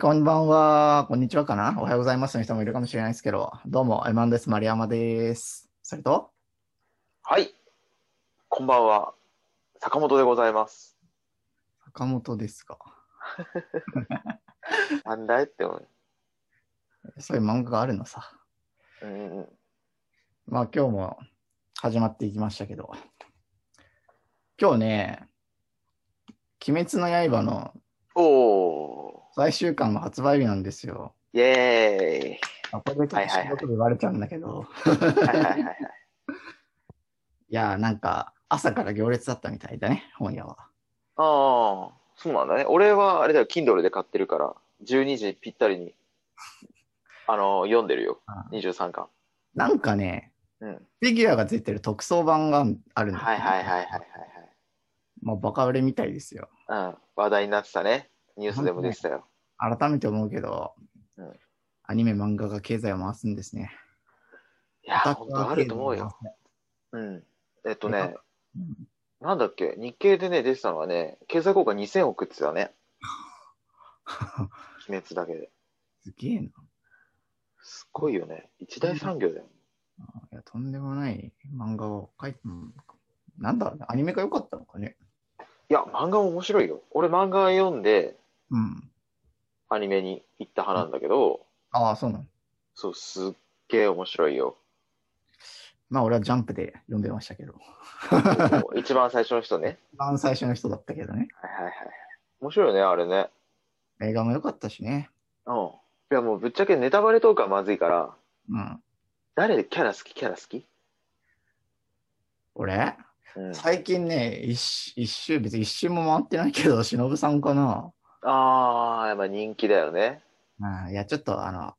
こんばんは。こんにちはかな。おはようございますの人もいるかもしれないですけど、どうも、エマンです。丸山です。それと、はい。こんばんは。坂本でございます。坂本ですか。なんだいって思う。そういう漫画があるのさ。うんうん。まあ今日も始まっていきましたけど、今日ね、鬼滅の刃のおー。最終巻の発売日なんですよ。イエあこれでちょっと仕事で言われちゃうんだけど、いーイ。はいはいはいはい。やーなんか朝から行列だったみたいだね、本屋は。ああ、そうなんだね。俺はあれだよ、Kindle で買ってるから、12時ぴったりに、あの、読んでるよ。23巻。なんかね、うん。フィギュアがついてる特装版があるんだけどはいはいはいはいまあバカ売れみたいですよ。はいはい。うん。話題になってたね。ニュースでもでしたよ。改めて思うけど、うんアニメ漫画が経済を回すんですね。いや、本当あると思うよ。。うん。えっとね、なんだっけ、日経でね、出てたのはね、経済効果2000億って言ってた ね。鬼滅だけで。すげえな。すごいよね。一大産業だよ。いや、とんでもない漫画を描いて、うんなんだろうね、アニメが良かったのかね。いや、漫画も面白いよ。俺漫画読んでうん。アニメに行った派なんだけど、ああ、そうなの。そう、すっげえ面白い よ。まあ、俺はジャンプで読んでましたけど。一番最初の人ね。一番最初の人だったけどね。はいはいはい。面白いよね、あれね。映画も良かったしね。うん。いや、もうぶっちゃけネタバレとかまずいから、うん。誰キャラ好きキャラ好き俺、うん。最近ね、一周一周、別に一周も回ってないけど、忍さんかな。あー、やっぱ人気だよね。ああ、いや、ちょっとあの、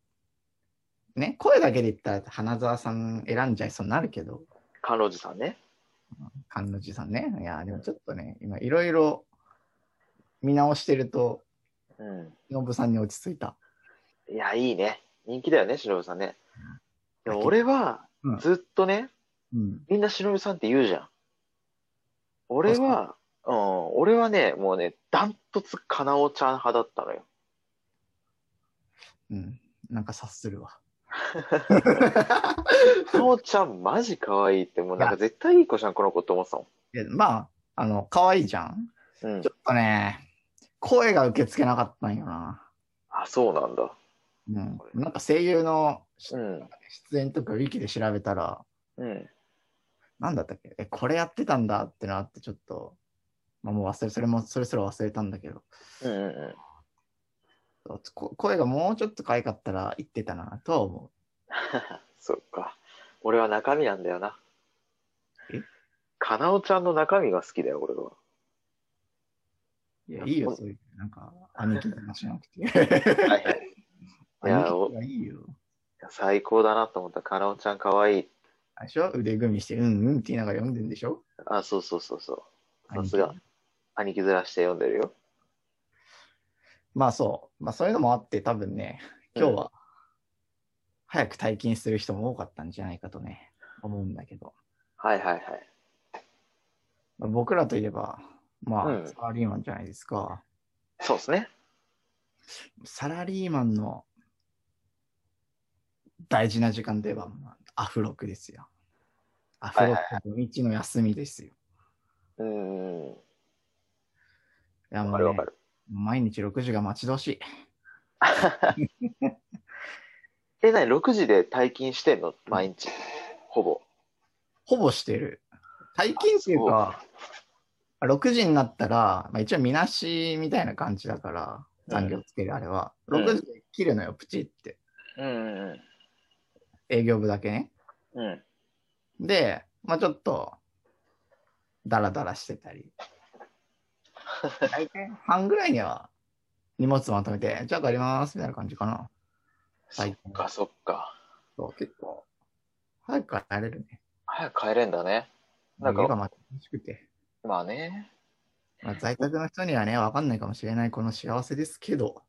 ね、声だけで言ったら花澤さん選んじゃいそうになるけど、カンロジさんね。菅野寺さんね。いや、でもちょっとね、今いろいろ見直してると、うん。忍さんに落ち着いた。いや、いいね。人気だよね、しのぶさんね。でも俺はうん、ずっとね、うん。みんな忍さんって言うじゃん。俺は、うん、俺はね、もうね、ダントツかなおちゃん派だったのよ。うん。なんか察する わ。かなおちゃんマジ可愛いって、もうなんか絶対いい子じゃん、この子って思ってたもいやまあ、あの、可愛いじゃん。ん。うんちょ。っとね、声が受け付けなかったんよな。あ、そうなんだ。うん。なんか声優のうん。出演とかウィキで調べたら、うん。なんだったっけえ、これやってたんだってなって、ちょっと、まあもう忘れ、それも、それすら忘れたんだけど、うんうんうん。こ声がもうちょっと可愛かったら言ってたなとは思そっか。俺は中身なんだよなえ。かなおちゃんの中身が好きだよ、俺は。う。いや、やいいよ、ほんそういう、なんか、兄貴の話しな くて。 はいはい。い兄や貴はいいよ。最高だなと思った。かなおちゃん可愛い。あれでしょ腕組みして、うんうんって言いながら読んでんでしょあ、そうそうそうそう。さ兄貴すが。兄貴ずらして読んでるよ。まあそう。まあそういうのもあって、多分ね、今日は、早く退勤する人も多かったんじゃないかとね、思うんだけど。はいはいはい。まあ僕らといえば、まあ、うんサラリーマンじゃないですか。そうですね。サラリーマンの大事な時間といえば、まあアフロクですよ。アフロクの土日の休みですよ。うーん。いやわもかうるわねかる。毎日6時が待ち遠しい。え、なに、6時で退勤してんの毎日。ほぼ。ほぼしてる。退勤っていうか、6時になったら、まあ、一応みなしみたいな感じだから、残業つけるあれは。うん6時で切るのよ、プチって。うんうん営業部だけね。うん。うん。で、まあちょっと、ダラダラしてた り。大体半ぐらいには荷物まとめて、じゃあ帰りますみたいな感じかな。そっかそっか。そう結構、早く帰れるね。早く帰れんだね。なんか家がましくて。まあね。まあ、在宅の人にはね、わかんないかもしれない、この幸せですけど、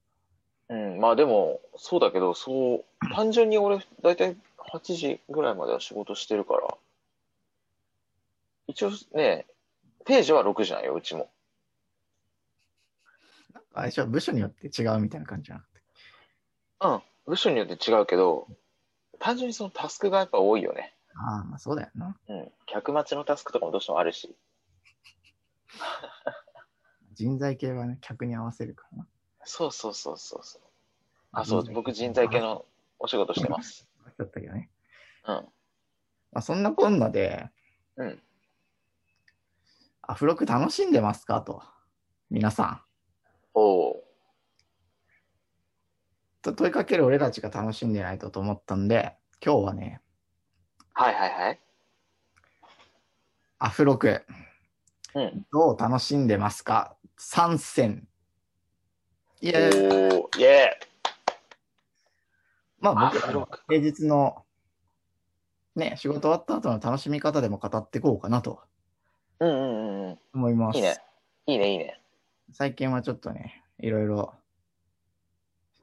うん。まあでも、そうだけど、そう、単純に俺、だいたい8時ぐらいまでは仕事してるから。一応ね、定時は6時なんよ、うちも。あれでしょ部署によって違うみたいな感じじゃなくて。うん。部署によって違うけど、単純にそのタスクがやっぱ多いよね。ああ、まあそうだよな。うん。客待ちのタスクとかもどうしてもあるし。人材系はね、客に合わせるからな。そうそうそうそうそう。あ、そう、僕人材系のお仕事してます。だったけどね。うん。まあ、そんなこんなで、うん。アフロク楽しんでますかと。皆さん。おうと問いかける俺たちが楽しんでないとと思ったんで、今日はね、はいはいはい。アフロク、うん。どう楽しんでますか参戦。いや、おー、イエーイまあア僕フらロのク。平日の、ね、仕事終わった後の楽しみ方でも語っていこうかなとうんうんうんうん。思います。いいね。いいねいいね。最近はちょっとね、いろいろ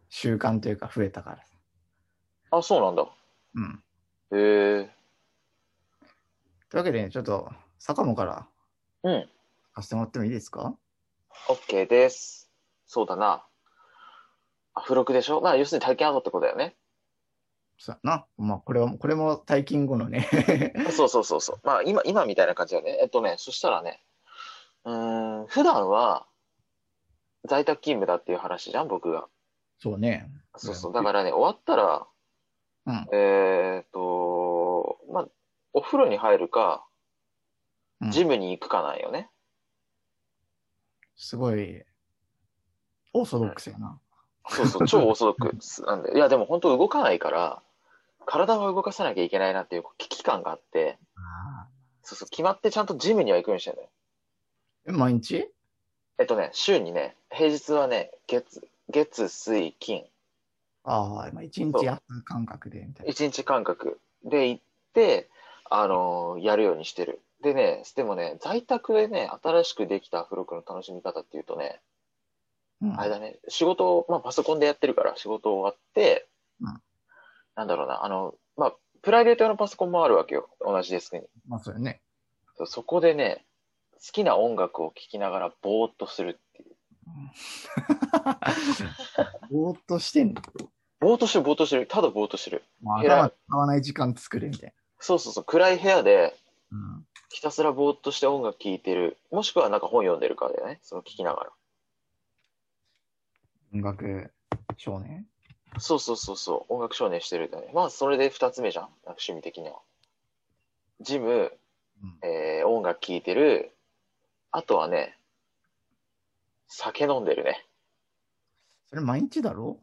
習慣というか増えたからさ。あ、そうなんだ。うん。へえ。というわけで、ね、ちょっと、坂本からうん。貸してもらってもいいですか OK です。そうだな。アフロクでしょまあ、要するに体験アウトってことだよね。そうやな。まあ、これは、これも退勤後のね。 そうそうそうそう。まあ、今、今みたいな感じだね。えっとね、そしたらね、うーん、普段は、在宅勤務だっていう話じゃん、僕が。そうね。そうそう。だからね、終わったら、うんえーっと、まあ、お風呂に入るか、うんジムに行くかなんよね。すごい、オーソドックスやな。そうそう、超オーソド ックスなんで。いや、でも本当動かないから、体を動かさなきゃいけないなっていう危機感があって、あそうそう、決まってちゃんとジムには行くようにしてるのよ。ーえ毎日えっとね、週にね、平日はね、月、月、水、金、ああ、まあ、一日休む感覚で、みたいな。一日間隔で行って、あのーやるようにしてる。でね、でもね、在宅でね、新しくできたアフロクの楽しみ方っていうとね、うんあれだね、仕事を、まあパソコンでやってるから仕事終わって、うんなんだろうな、あの、まあ、プライベート用のパソコンもあるわけよ。同じデスクに。まあ、そうよね。そうそこでね、好きな音楽を聴きながらぼーっとするっていう。ぼーっとしてんの。ぼーっとしてる、ぼーっとしてる。ただぼーっとしてる。まあ、偉い頭使わない時間作るみたいそうそうそう、暗い部屋で、な。うん。ひたすらぼーっとして音楽聴いてる。もしくはなんか本読んでるからだよね。その聴きなが音楽少年ら。そうそうそうそう。音楽少年してるんだね。まあ、それで二つ目じゃん。なんか趣味的には。ジム、うんえー、音楽聴いてる。あとはね、酒飲んでるね。それ毎日だろ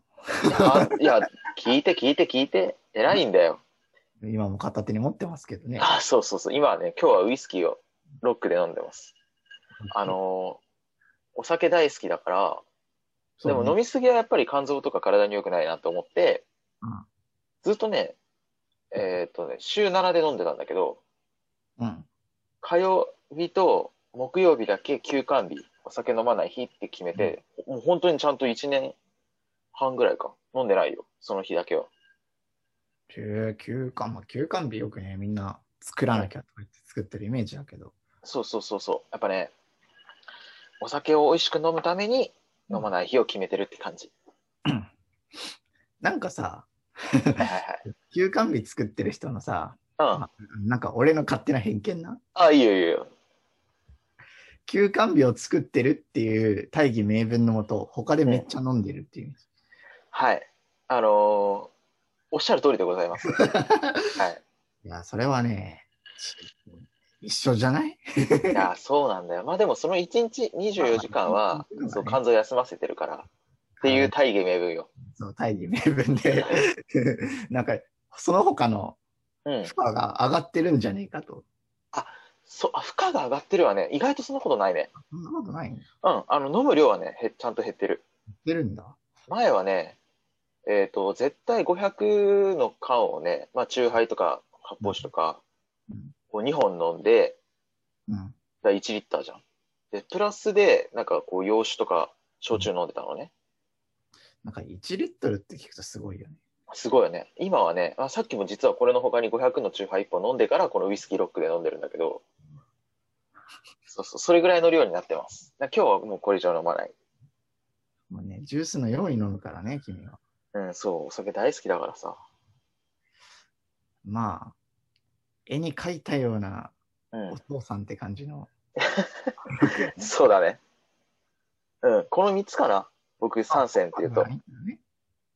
いや、いや聞いて聞いて聞いて。偉いんだよ。今も片手に持ってますけどね。あ、そうそうそう。今はね、今日はウイスキーをロックで飲んでます。あのーお酒大好きだから、そでうね、も飲みすぎはやっぱり肝臓とか体に良くないなと思って、うんずっとね、えーっとね、週7で飲んでたんだけど、うん。火曜日と木曜日だけ休館日、お酒飲まない日って決めて、もう本当にちゃんと1年半ぐらいか、飲んでないよ、その日だけは。休休館、まあ、休館日よくね、みんな作らなきゃとか言って作ってるイメージだけど。そうそうそうそう、やっぱね、お酒を美味しく飲むために飲まない日を決めてるって感 じ。なんかさ、はいはいはい。休館日作ってる人のさ、うん。なんか俺の勝手な偏見な。あ、いいよいいよ。休館日を作ってるっていう大義名分のもと、他でめっちゃ飲んでるっていう。はい。あのーおっしゃる通りでござい ます。はい。いや、それはね、一緒じゃないいや、そうなんだよ。まあでもその1日24時間は、そう、肝臓休ませてるから、っていう大義名分 よ。そう、大義名分 で、なんか、その他のうん。負荷が上がってるんじゃねえかと。そう、あ、負荷が上がってるわね。意外とそんなことないね。そんなことないね。うん。あの、飲む量はね、へちゃんと減ってる。出るんだ。前はね、えっ、と、絶対500の缶をね、まあ、チューハイとか、発泡酒とかうん、こう2本飲んで、うん。だ1リッターじゃん。で、プラスで、なんかこう、洋酒とか、焼酎飲んでたのね。なんか1リットルって聞くとすごいよね。すごいよね。今はね、あ、さっきも実はこれの他に500のチューハイ1本飲んでから、このウイスキーロックで飲んでるんだけど、そうそう、それぐらいの量になってます。だ今日はもうこれ以上飲まない。もうね、ジュースのように飲むからね、君は。ううん、そう、お酒大好きだからさ。まあ、絵に描いたようなうん お。父さんって感じの。そうだね。うん、この3つかな。僕3選って言うと。ね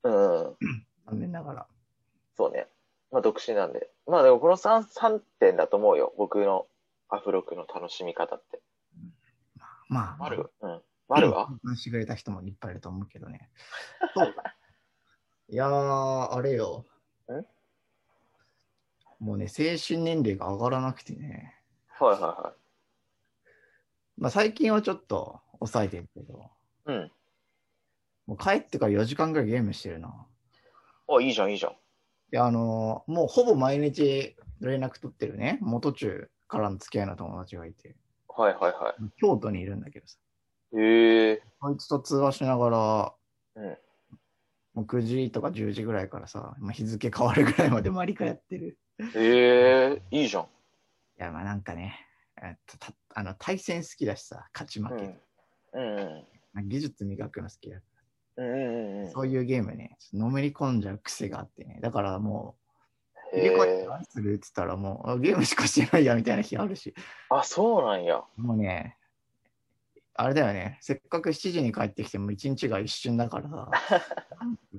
うん、うん、残念ながら。そうね。まあ、独身なんで。まあ、でもこの 3, 3点だと思うよ。僕のアフロクの楽しみ方って。まあ、マルうん。マルは、話してくれた人もいっぱいいると思うけど ね。そういやー、あれよ。んもうね、精神年齢が上がらなくてね。はいはまあ、最近はちょっと抑えてるけど、いはい。もう帰ってから4時間ぐらいゲームしてるな。うん。あ、いいじゃん、いいじゃん。で、あのーもうほぼ毎日連絡取ってるね、元中からの付き合いの友達がいて、はいはいは京都にいるんだけどさ、い。へえ。こいつと通話しながら、うんもう9時とか10時ぐらいからさ、まあ、日付変わるぐらいまでマリカやってる。へえ、いいじゃん。いや、まあなんかね、えっとたあの対戦好きだしさ、勝ち負うけ、ん。うんうん。まあ技術磨くの好きだ、うんうんうん。そういうゲームね、のめり込んじゃう癖があってね、だからもう、へ家帰ってえ。何するって言ったらもう、あゲームしかしてないやみたいな日あるし。あ、そうなんや。もうね、あれだよね、せっかく7時に帰ってきても一日が一瞬だから さ、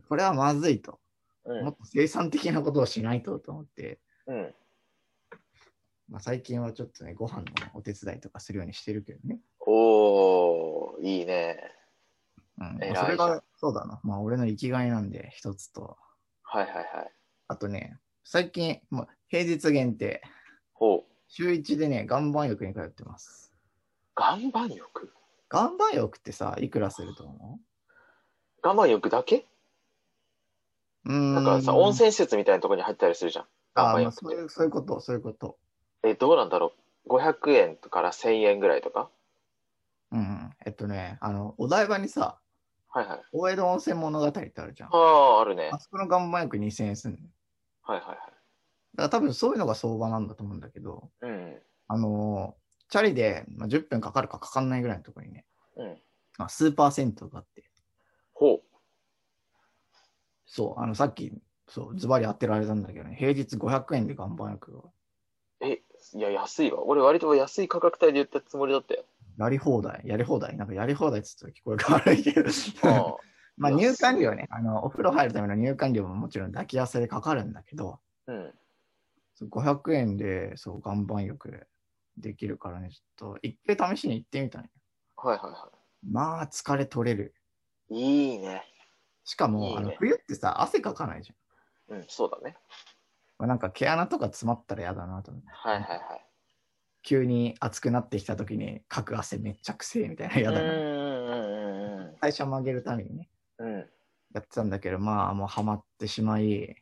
これはまずいと、うもっん。と生産的なことをしないとと思って、うん。まあ、最近はちょっとね、ご飯のお手伝いとかするようにしてるけどね。おー、いいね。うん、偉いまあそれじゃんが、そうだな、まあ、俺の生きがいなんで、一つと、はいはいはい。あとね、最近、まあ、平日限定、ほう。週1でね、岩盤浴に通ってます。岩盤浴岩盤浴ってさ、いくらすると思岩盤浴だけううーん。だからさ、温泉施設みたいなところに入ったりするじゃん。岩あ、盤まあ、浴そっうていうそういうこと、そういうこと。え、どうなんだろう ?500 円から1000円ぐらいとかうんうん、えっとね、あの、お台場にさ、はいはい。大江戸温泉物語ってあるじゃん。ああ、あるね。あそこの岩盤浴2000円すんのよ。はいはいだから多分そういうのが相場なんだと思うんだけど、はい。あのーチャリで、まあ、10分かかるかかかんないぐらいのところにね、うん。うん。あスーパー銭湯があって、ほそう、あの、さっき、そう、ズバリ当てられたんだけどね、平日500円で岩盤浴が、う。え、いや、安いわ。俺割と安い価格帯で言ったつもり だったよ。やり放題、やり放題、なんかやり放題っつって聞こえが悪いけど、あ まあ入館料ね、あの、お風呂入るための入館料ももちろん抱き合わせでかかるんだけど、あ。うん。そう500円で、そう、岩盤浴できるからね、ちょっと、一回試しに行ってみたね。はいはいはまあ、疲れ取れる。い。いいね。しかも、いいねあの冬ってさ、汗かかないじゃん。うん、そうだね。まあ、なんか毛穴とか詰まったら嫌だなと思って。はいはいはい。急に暑くなってきた時に、かく汗めっちゃくせえみたいな嫌だな。うんうん代謝も上げるためにね、うんうんうん。やってたんだけど、まあ、もうハマってしまい、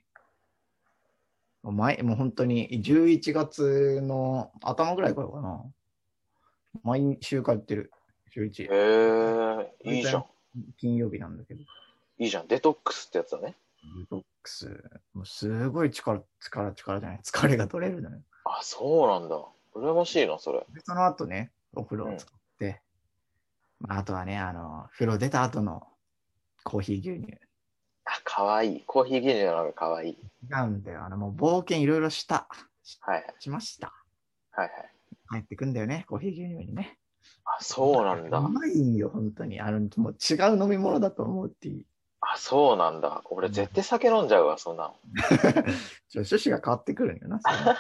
もう前、もう本当に11月の頭ぐらいからかな。毎週通ってる。週1。うん。へえ、いいじゃん。金曜日なんだけど、いいじゃん。デトックスってやつだね。デトックス、もうすごい力、力、力じゃない、疲れが取れるのよ。あ、そうなんだ。羨ましいな、それ。で、その後ね、お風呂を使って、まあ、あとはね、あの、風呂出た後のコーヒー牛乳。あ、かわいい。コーヒー牛乳の方がかわいい。なんだよ、あの、もう冒険いろいろした、はいはい。しました。はいはい。帰ってくんだよね、コーヒー牛乳にね。あ、そうなんうだ。まいんよ、本当に。あの、もう違う飲み物だと思うっていう。あ、そうなんだ。俺絶対酒飲んじゃうわ、そんなの。ちょ趣旨が変わってくるんよな。そ の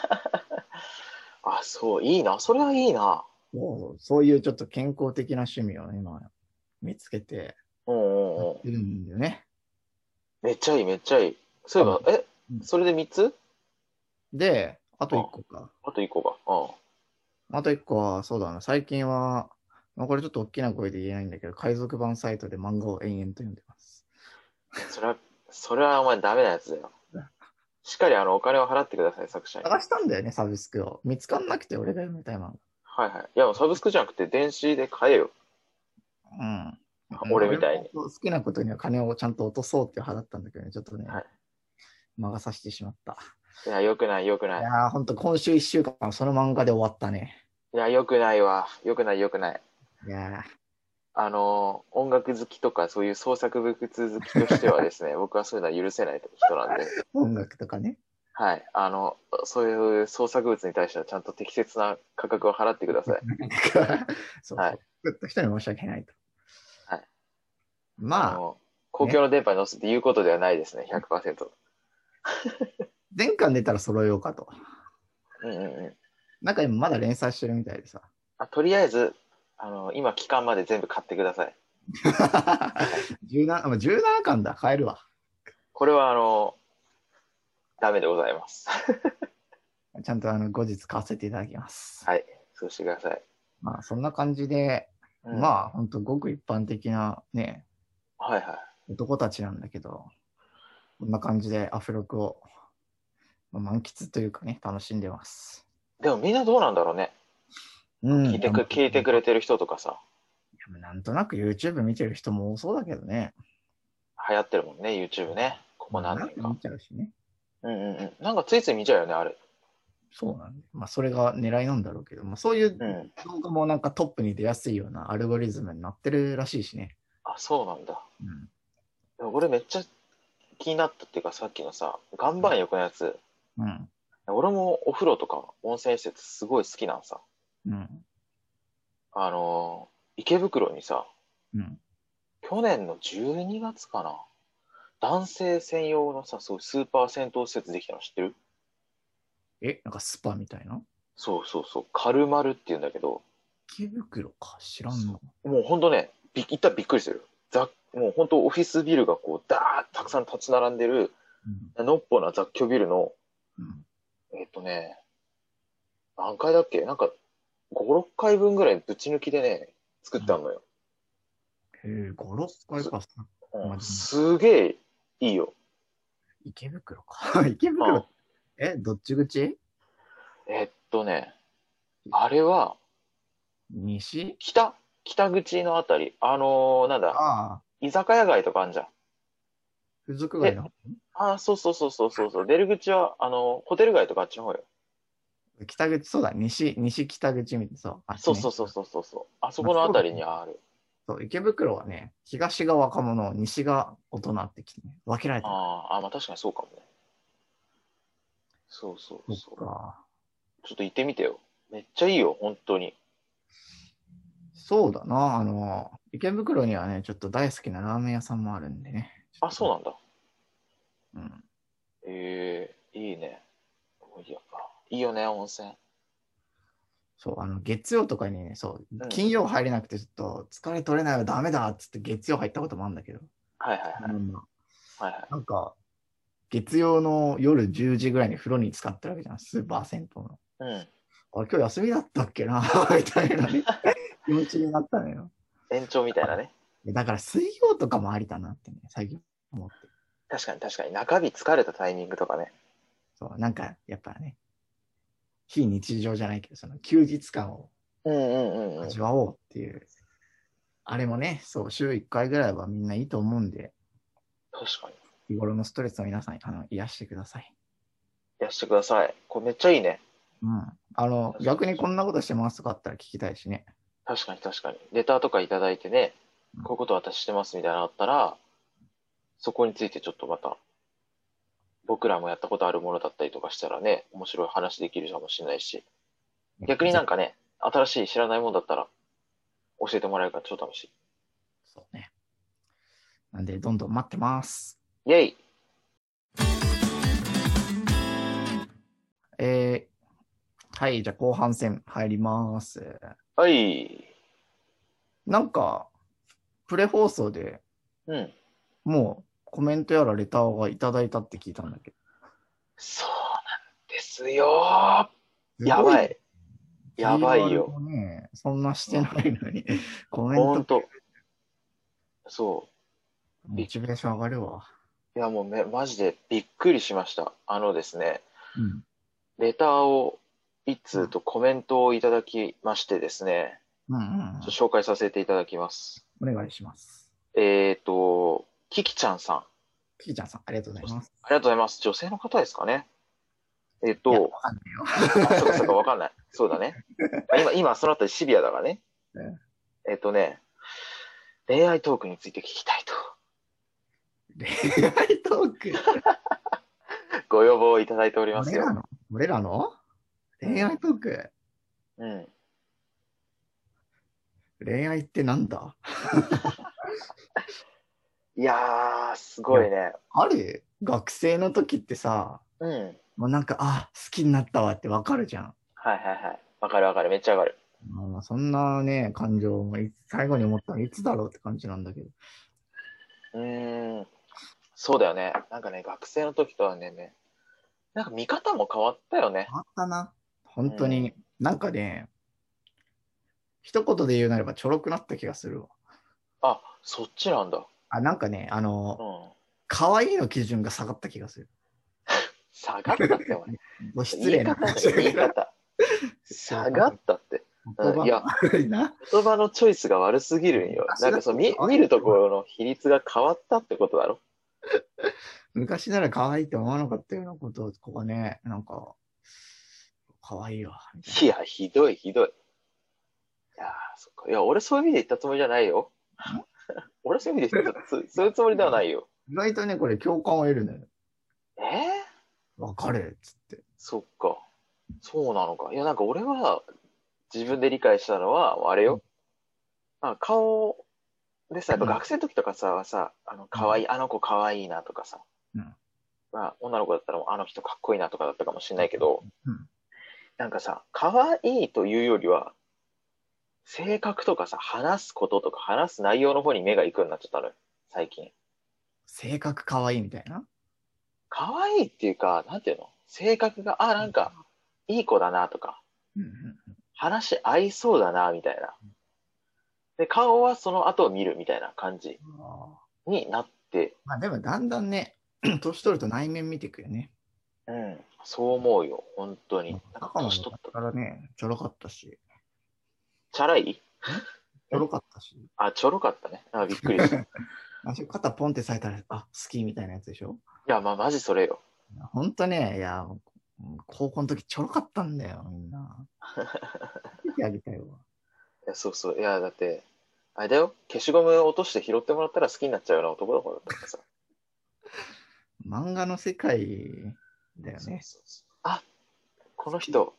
あ、そう、いいな。それはいいな。そうそういうちょっと健康的な趣味を今、見つけて、うんうんうん。いるんだよね。めっちゃいい、めっちゃいい。そういえば、えうん、それで3つで、あと1個か。あと1個か。うあと1個は、そうだな、最近は、まあ、これちょっと大きな声で言えないんだけど、海賊版サイトで漫画を延々と読んでます。ん。それは、それはお前ダメなやつだよ。しっかりあの、お金を払ってください、作者に。は探いしたんだよね、サブスクを。見つかんなくて、俺が読みたい漫はい。いや、もうサブスクじゃなくて、電子で買えよ。画。うん。俺みたいに。俺も好きなことには金をちゃんと落とそうっていう派だったんだけどね、ちょっとね、はい魔が差してしまった。いや、よくない、よくいない。やー、ほんと、今週1週間、その漫画で終わったね。いや、よくないわ。よくない、よくない。いやー、あの、音楽好きとか、そういう創作物好きとしては ですね、僕はそういうのは許せない人なんで、音楽とかね。 はい。あの、そういう創作物に対してはちゃんと適切な価格を払ってください。そうそう。はい作った人に申し訳ないと。はい。あまあ、の公共の電波に乗せて言うことではないですね、100%。全巻出たら揃えようかと。うんうんうん。なんか今まだ連載してるみたいでさ。あとりあえず、あの、今、期間まで全部買ってください。 17, あ17巻だ、買えるわ。これは、あの、ダメでございます。 ちゃんとあの後日買わせていただきます。はい。そうしてください。まあ、そんな感じで、あ。まあ、ほんとごく一般的なね、はいはい。男たちなんだけど、こんな感じでアフロクを、まあ、満喫というかね、楽しんでます。でもみんなどうなんだろうね。うん聞いてく、聞いてくれてる人とかさ、でもなんとなく YouTube 見てる人も多そうだけどね。流行ってるもんね、YouTube ね。ここ何年まあか見。ちゃうしね。うんうんうん。なんかついつい見ちゃうよね、あれ。そうなんで。まあ、それが狙いなんだろうけど、まあ、そういううん。動画もなんかトップに出やすいようなアルゴリズムになってるらしいしね。あ、そうなんだ。うん。でも俺めっちゃ気になったっていうか、さっきのさ、岩盤浴のやつ。うん。俺もお風呂とか温泉施設すごい好きなんさ。うん。あのー池袋にさ、うん。去年の12月かな。男性専用のさ、そういうスーパー銭湯施設できたの知ってるえ、なんかスパみたいなそうそうそう。カルマルって言うんだけど、池袋か、知らんの。もうほんとね、び行ったらびっくりする。ざもうほんとオフィスビルがこう、だーっとたくさん立ち並んでる、うん。のっぽな雑居ビルの、うん、えっとね、何階だっけなんか、5、6階分ぐらいぶち抜きでね、作ってあんのよ。へえ、5、6回か。うんマジすげえいいよ。池袋か。 池袋、うんえ、どっち口えっとね、あれは、西北、北口のあたり、あのーなんだ、ああ、居酒屋街とかあんじゃん。付属街のああ、そうそうそうそうそうそう。出る口は、あのーホテル街とかあっちの方よ。北口、そうだ、西、西北口みたいなさ。あっちそねうそうそうそうそうそう。あそこのあたりにある。そう。池袋はね、東が若者、西が大人ってきてね、分けられてる。あーあ、まあ確かにそうかもね。そうそうそそっう。か。ちょっと行ってみてよ。めっちゃいいよ、本当に。そうだな、あの、池袋にはね、ちょっと大好きなラーメン屋さんもあるんでね。あ、そうなんだ。なうん。ええいいね。もういいやっぱ。いいよね、温泉。そう、あの、月曜とかにね、そうう、ん金曜入れなくて、ちょっと疲れ取れないわ、ダメだっつって月曜入ったこともあるんだけど、はいはいはい。はいはい。なんか、月曜の夜10時ぐらいに風呂に使ってるわけじゃん、スーパー銭湯の。うん。あ、今日休みだったっけな、 みたいな 気持ちになったのよ。延長みたいなね。だから水曜とかもありだなってね、最近思って。確かに確かに。中日疲れたタイミングとかね。そう、なんか、やっぱね、非日常じゃないけど、その休日感をうんうんうんうん。味わおうっていう。あれもね、そう、週1回ぐらいはみんないいと思うんで、確かに。日頃のストレスを皆さんあの癒してください。いらしてください。これめっちゃいいね。うん。あの、逆にこんなことしてますとかあったら聞きたいしね。確かに確かに。レターとかいただいてね、うんこういうこと私してますみたいなのあったら、そこについてちょっとまた、僕らもやったことあるものだったりとかしたらね、面白い話できるかもしれないし、逆になんかね、新しい知らないもんだったら、教えてもらえるから超楽しい。そうね。なんで、どんどん待ってます。イェイえー、はい、じゃあ後半戦入ります。はいなんか、プレ放送でうん。もうコメントやらレターをいただいたって聞いたんだけそうなんですよど。やばい。すごやばいよ。我々もね、そんなしてないの に、コメほンんト、と。そう。モチベーション上がるわ。いやもうめ、マジでびっくりしました。あのですね、うん。レターを一通とコメントをいただきましてですね、うんうんちょっと紹介させていただきます。うん。お願いします。えっ、と、キキちゃんさん。あキキちゃんさん、ありがとうございます。りがとうございます。女性の方ですかね。えいっ、やとわ、かんないよ。あ、そうかそうかわか んない。そうだね。あ今、今、そのあたりシビアだからねうん。えっ、とね、恋愛トークについて聞きたいと。恋愛トーク。ご要望をいただいております俺らよ。の俺らの恋愛トーク。うん。恋愛ってなんだいやー、すごいね。ある学生の時ってさ、うん。はいもうなんか、あ、好きになったわってわかるじゃん。はいはい。わかるわかる。めっちゃわかる。まあ、そんなね、感情もい最後に思ったのいつだろうって感じなんだけど。うーん。そうだよね。なんかね、学生の時とはね、ねなんか見方も変わったよね。あったな。本当に、なんかね、一言で言うなればちょろくなった気がするわ。あ、そっちなんだ。あ、なんかね、あうの、ん。可愛いの基準が下がった気がする。下がったって、お前。もう 失言礼いな方だよ、言い方。下がったって。 言うんいや葉悪いな。言葉のチョイスが悪すぎるんよ。なんかそう、見見るところの比率が変わったってことだろ。昔なら可愛いと思わなかったようなことを、ここね、なんか、可愛いわ。みたいいや、ひどい、ひどい。いやー、そっか。いや、俺そういう意味で言ったつもりじゃないよ。 俺そういう意味で言ったつ、そういうつもりではないよ。な意外とね、これ共感を得るのよ。えー、わかるっつって。そっか。そうなのか。いや、なんか俺は、自分で理解したのは、あれよ。まあ、顔でさ、やっぱ学生の時とかさ、さ、あの、可愛い、あの子可愛いなとかさ。うんまあ、女の子だったら、あの人かっこいいなとかだったかもしれないけど、うんなんかさ、可愛いというよりは、性格とかさ、話すこととか話す内容の方に目が行くようになっちゃったのよ、最近。性格可愛いみたいな。可愛いっていうか、なんていうの性格が、あ、なんか、いい子だなとか、うんうん話合いそうだな、みたいな。で、顔はその後を見るみたいな感じあーになって、まあでもだんだんね、 年取ると内面見てくよね。うん、そう思うよ、本当に。なんか赤も年昔取った。からね、ちょろかったし、チャラいちょろかったし、あ、ちょろかったね。あびっくりした。いあそれ肩ポンってされたら、あ、好きみたいなやつでしょや、まあ、マジそれよ。ほんとね、いや、うん高校の時ちょろかったんだよ、みん な。見てあげたいわ。いや、そうそう。いや、だって、あれだよ。消しゴムを落として拾ってもらったら好きになっちゃうような男の子だったからさ。漫画の世界だよそうね。そうそうあこの人、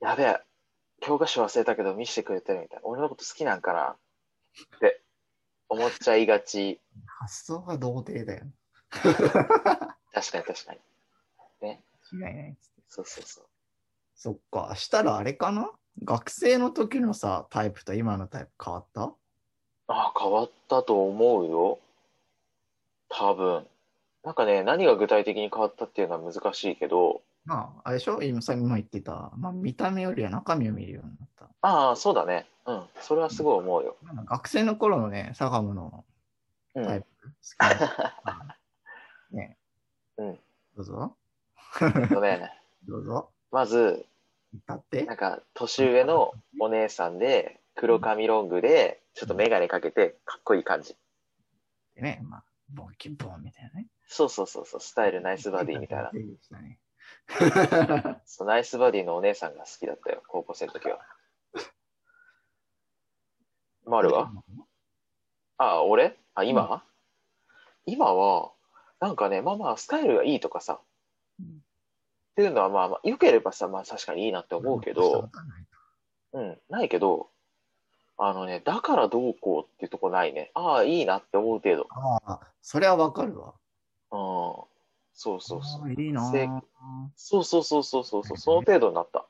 やべえ、教科書忘れたけど見せてくれてるみたいな。俺のこと好きなんかなって思っちゃいがち。発想が童貞だよ。確かに確かに。違いないっつって。そうそうそう。そっか。したらあれかな学生の時のさ、タイプと今のタイプ変わったああ、変わったと思うよ。多分。なんかね、何が具体的に変わったっていうのは難しいけど、まあ、あれでしょ今さ、今言ってた。まあ、見た目よりは中身を見るようになった。ああ、そうだね。うん。それはすごい思うよ。なんか学生の頃のね、サガムのうタイんプ。。好きなね。うん。どうぞ。ごめんね。どうぞ。まず、言ったってなん。か、年上のお姉さんで、黒髪ロングで、ちょっとメガネかけて、かっこいい感じ。でね、まあ、ボンキボンみたいなね。そうそうそうそう、スタイルナイスバディみたいな。いいでしたね そうナイスバディのお姉さんが好きだったよ、高校生の時は。マルはあ、俺あ、今、今は、なんかね、まあまあ、スタイルがいいとかさ。うんっていうのは、まあまあ、良ければさ、まあ確かにいいなって思うけど、、うん、ないけど、あのね、だからどうこうっていうとこないね。ああ、いいなって思う程度。ああ、それはわかるわ。ああ、そうそうそああう。いいなせぁ。そうそうそうそうそうそう、その程度になった。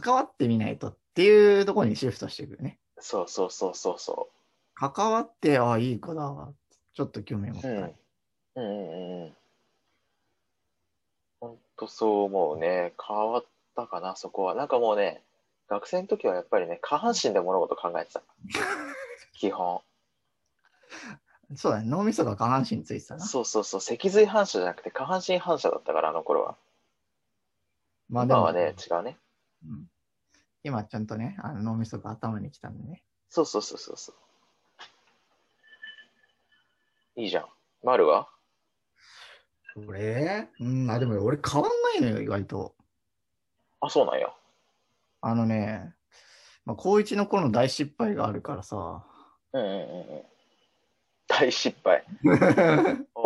関わってみないとっていうところにシフトしていくよね。そうそうそうそうそ関わって、ああ、いい子だわ。ちょっと興味持っう。た。うん。うんうんうん。ほんとそう思うね。変わったかな、そこは。なんかもうね、学生の時はやっぱりね、下半身で物事考 えてた。基本。そうだね。脳みそが下半身についてたな。そうそうそう、脊髄反射じゃなくて下半身反射だったから、あの頃は。まあで今もはね、違うね。うん今ちゃんとね、あの脳みそが頭に来たんでね。そうそうそうそうそう。いいじゃん。丸は俺うん、あ、でも俺変わんないのよ、意外と。あ、そうなんや。あのね、まあ、高一の頃の大失敗があるからさ。うんうんうんうん。大失 敗。お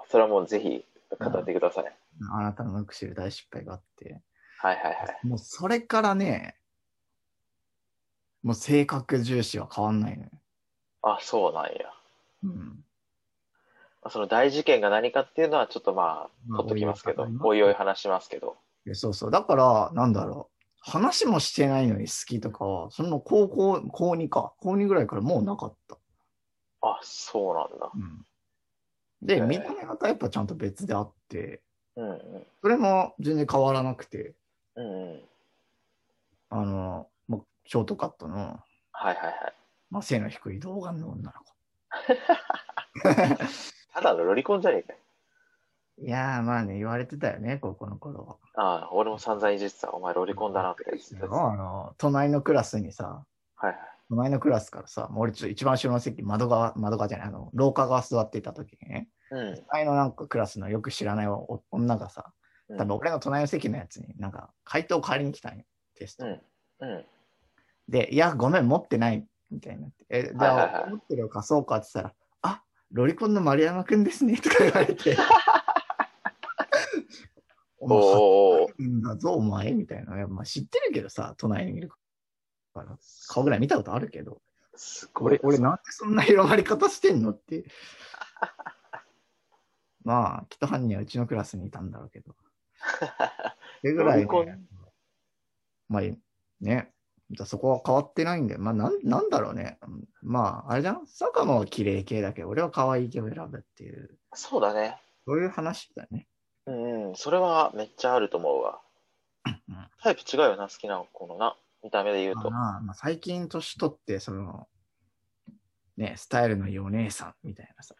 お、それはもうぜひ語ってください。あなたのよく知る大失敗があって。はいはいはい。もうそれからね、もう性格重視は変わんないのよ。あ、そうなんや。うん。その大事件が何かっていうのはちょっとまあ、まあ取っときますけど、おおいいおおいい話しますけど。でそうそう。だから、なんだろう。話もしてないのに好きとかは、その高校、高2か。高2ぐらいからもうなかった。あ、そうなんだ。うん。で、へえ見た目がやっぱちゃんと別であって、うんそれも全然変わらなくて、うん。うんうん。あの、まあ、ショートカットの、はいはいはい。まあ、背の低い童顔の女の子。ただのロリコンじゃねえかよ。いやー、まあね、言われてたよね、高校の頃は。ああ、俺も散々いじってた。お前ロリコンだなって言ってたやつ。はあの、隣のクラスにさ、いはい。隣のクラスからさ、もう俺ちょっと一番後ろの席、窓側、窓側じゃない、あの、廊下側座っていた時にね、うん。前のなんかクラスのよく知らないお女がさ、うん多分俺の隣の席のやつに、なんか、回答を借りに来たんよ、テスト。うん。うん。で、いや、ごめん、持ってない、みたいになって。え、で、はいはいはい持ってるよ、貸そうかって言ったら、あ、ロリコンの丸山くんですね、とか言われ て。おお前、おおー入るんだぞ、お前、みたいな。いやまあ、知ってるけどさ、隣にいるから、顔ぐらい見たことあるけど、すごい俺、俺な。なんでそんな広まり方してんのって。 まあ、きっと犯人はうちのクラスにいたんだろうけど。それぐらい、ねロリコン、まあ、ね。だそこは変わってないんで、まあ、なん、なんだろうね。うんまあ、あれじゃん坂野は綺麗系だけど、俺は可愛い系を選ぶっていう、 そうだね。そういう話だね。うんうん。それはめっちゃあると思うわうん。タイプ違うよな、好きな子のな。見た目で言うまと。あ、まあ、最近年取って、その、ね、スタイルのいいお姉さんみたいなさ、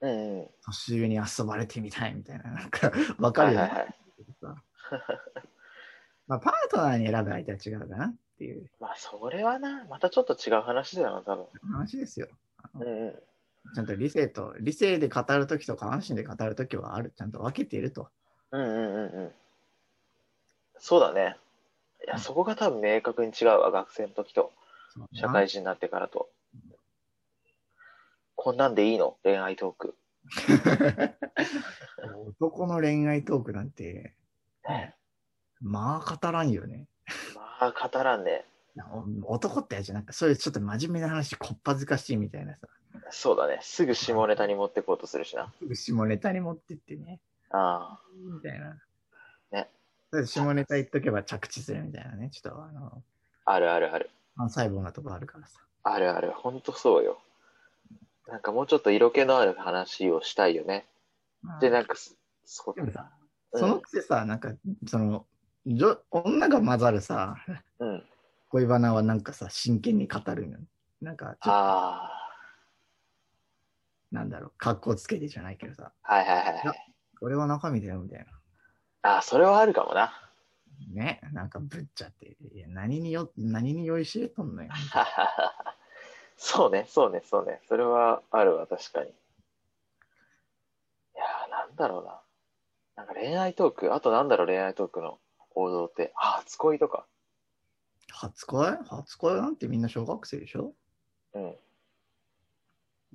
うんうん。年上に遊ばれてみたいみたいな、なんか、わかるよ、はいねはいはい。まあ、パートナーに選ぶ相手は違うかなっていうまあ、それはな、またちょっと違う話だよな、多分。話ですよ。うんうん。ちゃんと理性と、理性で語るときと下半身で語るときはある、ちゃんと分けていると。うんうんうんうん。そうだね。いや、そこが多分明確に違うわ、学生の時と、そう社会人になってからと。こんなんでいいの恋愛トーク。 男の恋愛トークなんて、ねまあ語らんよね。まあ、語らんね。お男ってやつじゃなくて、そういうちょっと真面目な話、こっぱずかしいみたいなさ、そうだね。すぐ下ネタに持ってこうとするし な。すぐ下ネタに持ってってね、あみたいな。ね。下ネタ言っとけば着地するみたいなね、ちょっとあの、あ、あるあるある。反細胞なとこあるからさ。あるある。ほんとそうよ。なんかもうちょっと色気のある話をしたいよね。まあで、なんかす、そうでもさ、うんそのくせさ、なんか、その、女女が混ざるさ、うん。恋バナはなんかさ、真剣に語るの。なんか、ちょっあとなんだろう、格好つけてじゃないけどさ、あ。はいはいはいはい。俺は中身だよ、みたいな。ああ、それはあるかもな。 ね、なんかぶっちゃって、いや、何によ、何に酔いしれとんのよ。そうね、そうね、そうね。それはあるわ、確かに。いやー、なんだろうな。なんか恋愛トーク、あとなんだろう、恋愛トークの王道って。あ、初恋とか。初恋初恋なんてみんな小学生でしょうん。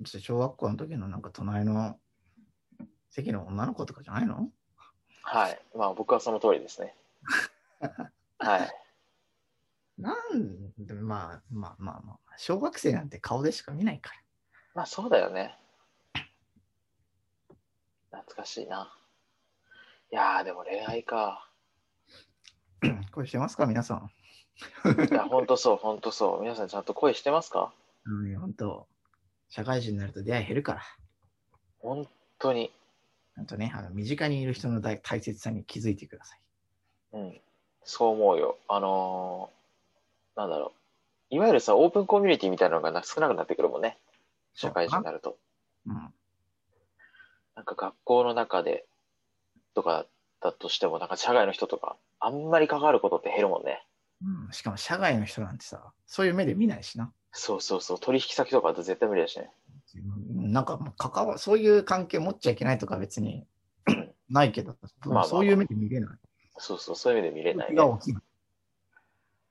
そして小学校の時のなんか隣の席の女の子とかじゃないのはい。まあ、僕はその通りですね。はい。なんで、まあまあまあまあ、小学生なんて顔でしか見ないから。まあ、そうだよね。懐かしいな。いやー、でも恋愛か。 これしてますか皆さん。いや、ほんとそう、ほんとそう。皆さんちゃんと恋してますかうん、本当社会人になると出会い減るから。本当に。なんとね、あの身近にいる人の大大切さに気づいてください。うん、そう思うよ。あのーなんだろう。いわゆるさ、オープンコミュニティみたいなのがな少なくなってくるもんね。社会人になると。うん。なんか学校の中でとかだとしても、なんか社外の人とか、あんまり関わることって減るもんね。うん、しかも社外の人なんてさ、そういう目で見ないしな。そうそうそう。取引先とかだと絶対無理だしね。なんかもう関わ、そういう関係持っちゃいけないとか別に ないけど、まあまあそういう目で見れない。そうそう、そういう意味で見れないね。が起きない。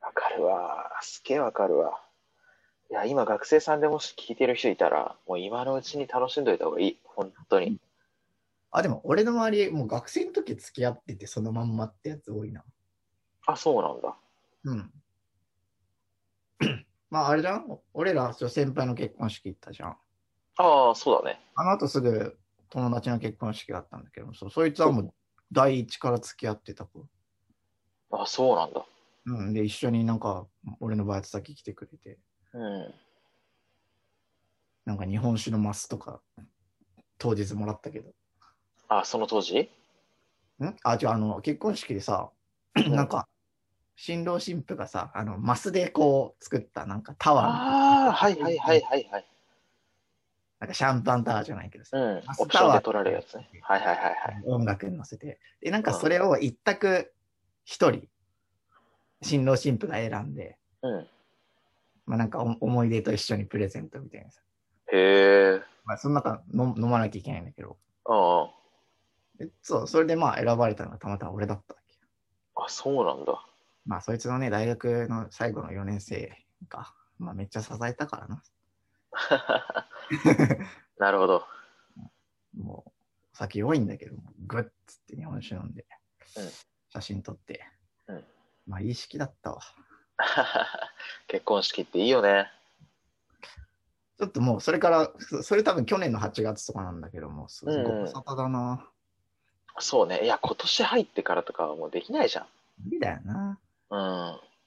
わかるわ。すげえわかるわ。いや、今学生さんでもし聞いてる人いたら、もう今のうちに楽しんどいた方がいい。本当に。あ、でも俺の周り、もう学生の時付き合っててそのまんまってやつ多いな。あ、そうなんだ。 うん。まああれじゃん俺らそう先輩の結婚式行ったじゃん。ああ、そうだね。あの後すぐ友達の結婚式があったんだけど、そうそいつはもう第一から付き合ってた子。あそうなんだ。うん。で、一緒になんか俺のバイト先来てくれて、うん。なんか日本酒のマスとか当日もらったけど。あその当時んあ、違う、あの、結婚式でさ、んなんか、新郎新婦がさ、あの、マスでこう、作った、なんかタワーみたいな、ああ、はいはいはいはいはい。なんかシャンパンタワーじゃないけどうさ、んマ。スオプシタョンワーで取られるやつね。はいはいはいはい。音楽に乗せて。で、なんかそれを一択、一人、新郎新婦が選んで、うん。まあなんかお思い出と一緒にプレゼントみたいなさ。へえ。まあその中飲飲まなきゃいけないんだけど。うんうん。でそう、それでまあ選ばれたのがたまたま俺だったわけ。あ、そうなんだ。 まあそいつのね、大学の最後の4年生が、まあめっちゃ支えたからな。なるほど。 もう、お酒弱いんだけど、グッつって日本酒飲んで、うん写真撮って、うんまあ、いい式だったわ。結婚式っていいよね。ちょっともう、それから、そそれ多分去年の8月とかなんだけども、すごうんご無沙汰だな。そうね。いや、今年入ってからとかはもうできないじゃん。無理だよな。うん。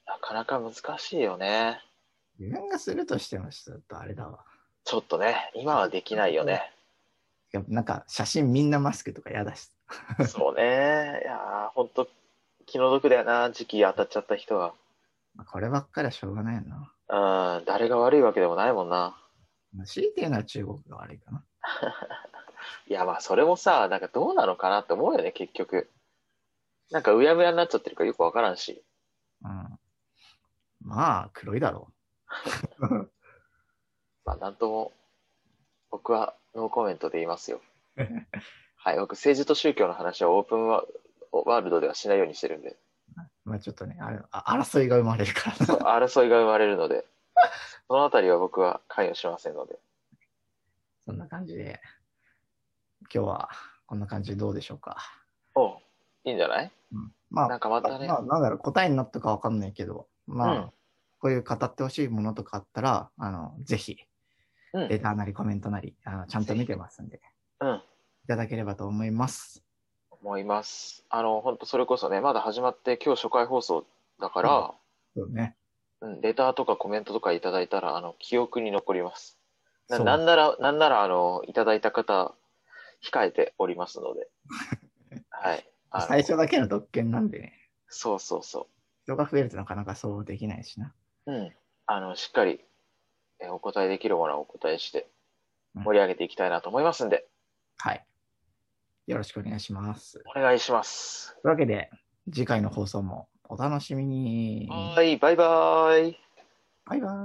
なかなか難しいよね。自分がするとしても、ちょっとあれだわ。ちょっとね、今はできないよね。やっぱなんか、写真みんなマスクとか嫌だし。そうね。いやー、ほんと、気の毒だよな。時期当たっちゃった人は。まあこればっかりはしょうがないよな。うん、誰が悪いわけでもないもんな。まあ強いて言うのは中国が悪いかな。いや、まあ、それもさ、なんかどうなのかなって思うよね、結局。なんか、うやむやになっちゃってるからよくわからんし。うん。まあ、黒いだろう。まあ、なんとも、僕はノーコメントで言いますよ。はい、僕、政治と宗教の話はオープンワワールドではしないようにしてるんで、まあちょっとね、あれあ争いが生まれるからそうな。 争いが生まれるので、そのあたりは僕は関与しませんので。そんな感じで、今日はこんな感じでどうでしょうか。おういいんじゃないまあ、なんかまたねまあ、なんだろう、答えになったかわかんないけど、まあ、うんこういう語ってほしいものとかあったら、あの、ぜひ、うんレターなりコメントなり、あのちゃんと見てますんで、うん、いただければと思います。思います。あの、本当それこそね、まだ始まって今日初回放送だから、そうね。うん、レターとかコメントとかいただいたら、あの、記憶に残ります。なそうなんなら、なんなら、あの、いただいた方、控えておりますの で。はい。あの最初だけの特権なんでね、そうそうそ人が増えるとなかなかそうできないしな。う。うん。あの、しっかり、えお答えできるものはお答えして、うん盛り上げていきたいなと思いますんで、はい。よろしくお願いします。お願いします。というわけで、次回の放送もお楽しみに。はい、バイバーイ。バイバイ。